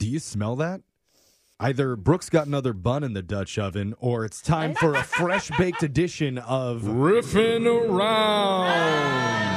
you smell that? Either Brooks got another bun in the Dutch oven, or it's time for a fresh baked edition of Oh, Riffing around.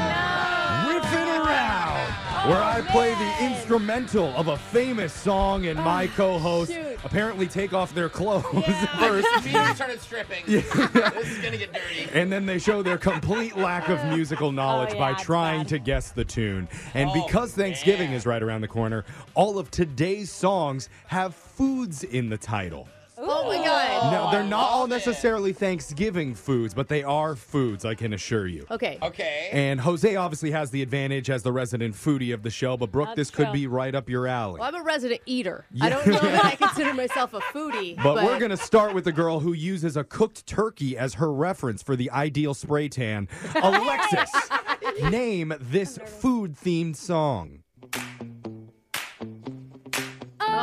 Riffin' Around, where I Oh, play the instrumental of a famous song and my co hosts Oh, shoot. apparently take off their clothes first. First, Peter started stripping. this is gonna get dirty. And then they show their complete lack of musical knowledge Oh, yeah, by it's trying bad. to guess the tune. And Oh, because Thanksgiving man. is right around the corner, all of today's songs have foods in the title. Oh my God. now, I they're not all love it. necessarily Thanksgiving foods, but they are foods, I can assure you. Okay. Okay. And Jose obviously has the advantage as the resident foodie of the show, but Brooke, That's this could true. be right up your alley. Well, I'm a resident eater. I don't know that I consider myself a foodie. But, we're going to start with the girl who uses a cooked turkey as her reference for the ideal spray tan. Alexis, name this food themed song.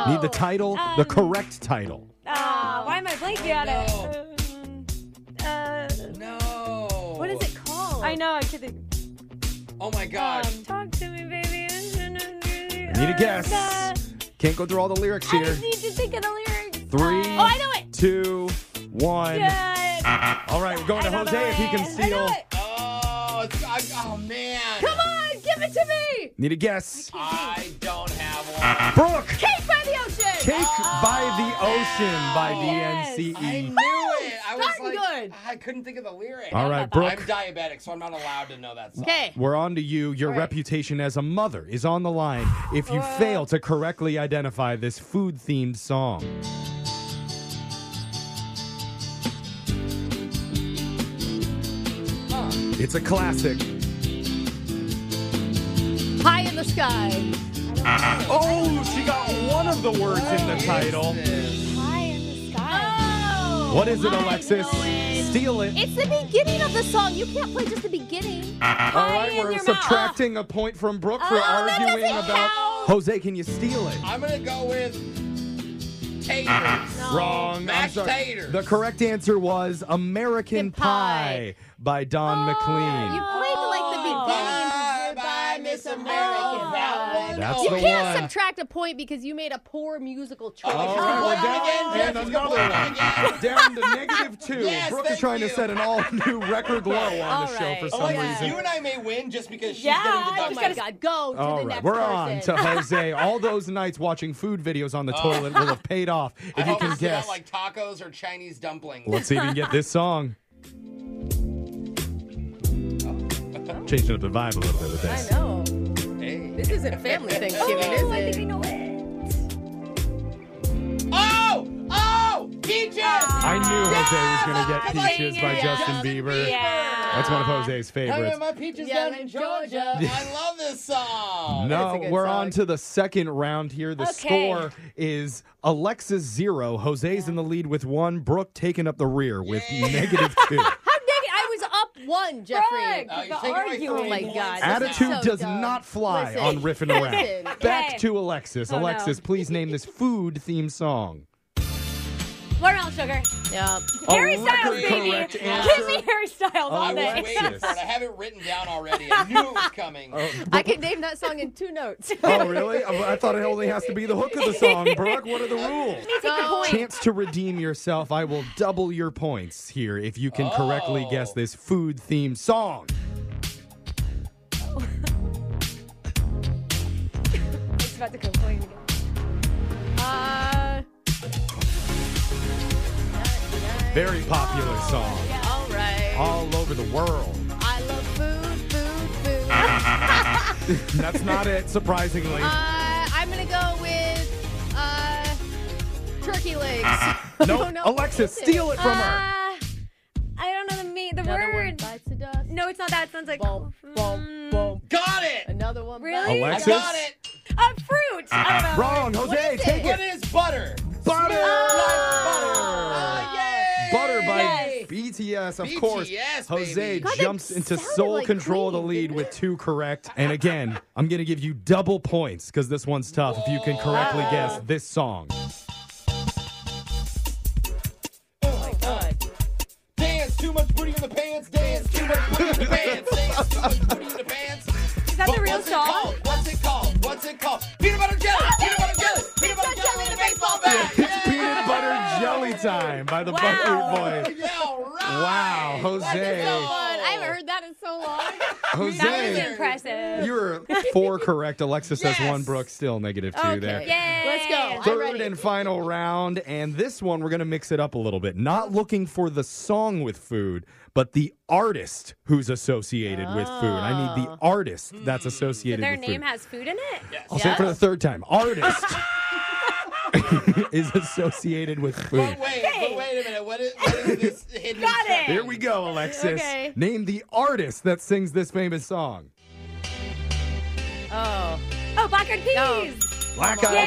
Need the title, the um, correct title. Ah, why am I blanking on it? Uh, no. What is it called? I know. I could think. Oh my gosh. Um, Talk to me, baby. I Need a guess. Can't go through all the lyrics uh, I here. just need to think of the lyrics. Three, Oh, I know it. two, one. Yes. All right, we're going to I know Jose if he can it. I know steal. it. oh, it's, I, oh man. Come on, give it to me. Need a guess. I don't have one. Brooke, Cake by the ocean. Cake by the Ocean by Oh, Yes. I DNCE. knew it. I was starting like, good. I couldn't think of the lyric. All right, I'm Brooke. diabetic, so I'm not allowed to know that song. Okay. We're on to you. Your reputation as a mother is on the line if you Uh. fail to correctly identify this food themed song. It's a classic. High in the sky. Oh, she got one of the words in the title. High in the sky. Oh. What is it, I Alexis? know it. Steal it. It's the beginning of the song. You can't play just the beginning. All right, in we're your mouth. subtracting a point from Brooke for Oh, that arguing doesn't about. count. Jose, can you steal it? I'm gonna go with Ah. taters. Wrong. I'm Mashed sorry. taters. The correct answer was American American Pie. Pie by Oh, Don You McLean. played like the beginning. Bye, bye, Miss America. That one. That's Oh, the You can't one. subtract a point because you made a poor musical choice. "Oh All It's right, going we're up Oh, down again, and Jeff. It's going up another one. Down to negative two. Yes, Brooke is thank trying you. to set an all-new record low on All the right. show for some Alexis, reason. Oh, you and I may win just because she's Yeah, getting I Oh deducted. my God, go to All the right, next we're on person. to Jose. All those nights watching food videos on the toilet will have paid off Oh. I if you hope can it's not guess. like tacos or Chinese dumplings. Let's see if we can get this song. Changing up the vibe a little bit with I this. know. Hey. This isn't family Thanksgiving, Oh, I is think I it? know it. Oh! Oh! Peaches! I knew Jose was going to get Yeah, Peaches by yeah, Justin Justin Bieber. Yeah. That's one of Jose's How did favorites. my peaches Yeah, down in in Georgia? Georgia. I love this song. That's a No, good we're song. on to the second round here. The Okay. score is Alexis zero. Jose's in the lead with one. Brooke taking up the rear with Yeah. negative two. How negative? I was up one, Jeffrey. Brooke. Uh, you're The taking my arguing. three Oh my points. God. Attitude so does dumb. not fly Listen. on riffing around. Listen. Back Okay. to Alexis. Oh, no. Alexis, please name this food themed song. Watermelon sugar. Yeah. Harry Styles, record baby. correct Give answer. me Harry Styles Oh, I all Alexis. was day. waiting for it. I have it written down already. I knew it was coming. I could name that song in two notes. Oh, really? I I thought it only has to be the hook of the song, Brooke. What are the rules? So- Chance to redeem yourself. I will double your points here if you can correctly Oh. guess this food themed song. I was about to complain again. Uh, Very popular song. all right. All over the world. I love food, food, food. Uh-huh. That's not it, surprisingly. Uh, I'm gonna go with uh, turkey legs. no, Oh, no. Uh-huh. Alexis, steal it from her. Uh, I don't know the me the Another one word. bites the dust. No, it's not that. It sounds like Bump, bump, Mm, bump. Got it! Another one. Really? I Alexis? got it! a fruit. Uh, I don't know. Wrong, Jose, is take What it. is butter? Butter! Oh, yay! Butter by Yes. BTS, of BTS, course. baby. Jose God, that jumps into sounded sole like control of the Queen, lead didn't with two correct. And again, I'm going to give you double points because this one's tough if you can correctly guess this song. Dance too much booty in the pants. Dance too much booty in the pants. Dance too much booty in the pants. Is that the real what's song? It called? What's it called? What's it called? Peanut butter jelly. Peanut butter jelly. Peanut butter jelly. Time by the Wow. Buckwheat Boys. Yeah, all right. Wow, So Jose. fun. I haven't heard that in so long. That was Jose. impressive. You were four correct. Alexis has Yes. one. Brooke still negative two Okay. there. Yay. Let's go. I'm Third ready. and final round, and this one we're gonna mix it up a little bit. Not looking for the song with food, but the artist who's associated with food. I need the artist that's associated Their with food. name has food in it. I'll say it for the Yes. third time. Artist is associated with food. But wait, but wait a minute. What is, what is this hidden? Got it. Here we go, Alexis. Okay. Name the artist that sings this famous song. Oh. Oh, black eyed peas. No. Black Eyed Yay.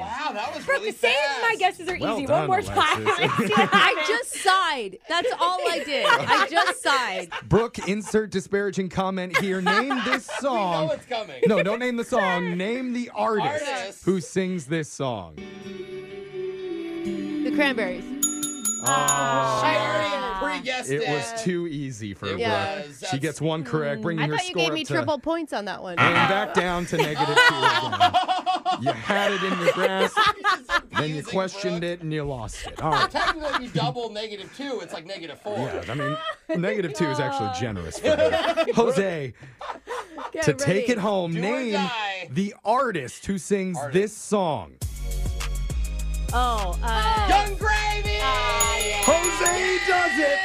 Peas. Oh, Wow, that was Brooke, really save fast. my guesses are Well easy. done, One more time. Alexis. Let's see what I happens. just sighed. That's all I did. I just sighed. Brooke, insert disparaging comment here. Name this Oh, song. it's coming. No, don't name the song. Name the artist, Artist. who sings this song. The cranberries. Oh, She already pre-guessed it. It was too easy for Yeah, Brooke. that's- She gets one correct, bringing I her thought you score gave me up to- Uh, triple points on that one. and back down to negative two. again. You had it in your grasp, then you questioned it and you lost it. All right. Technically, you double negative two. It's like negative four. Yeah, I mean, negative two is actually generous for her. Jose, Get to take ready. it home, Do or name die. the artist who sings Artist. this song. Oh, uh, Young Gravy. Jose does it.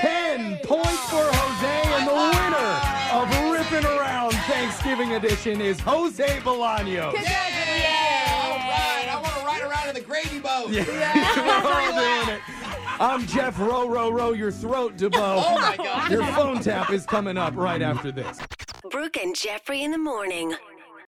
Ten points for Jose, and the winner of Rippin' Around Thanksgiving Edition is Jose Bolaños. All right, I want to ride around in the gravy boat. We're doing it. I'm Jeff Row Row Row Your Throat DeBoe. Oh my God. Your phone tap is coming up right after this. Brooke and Jeffrey in the morning.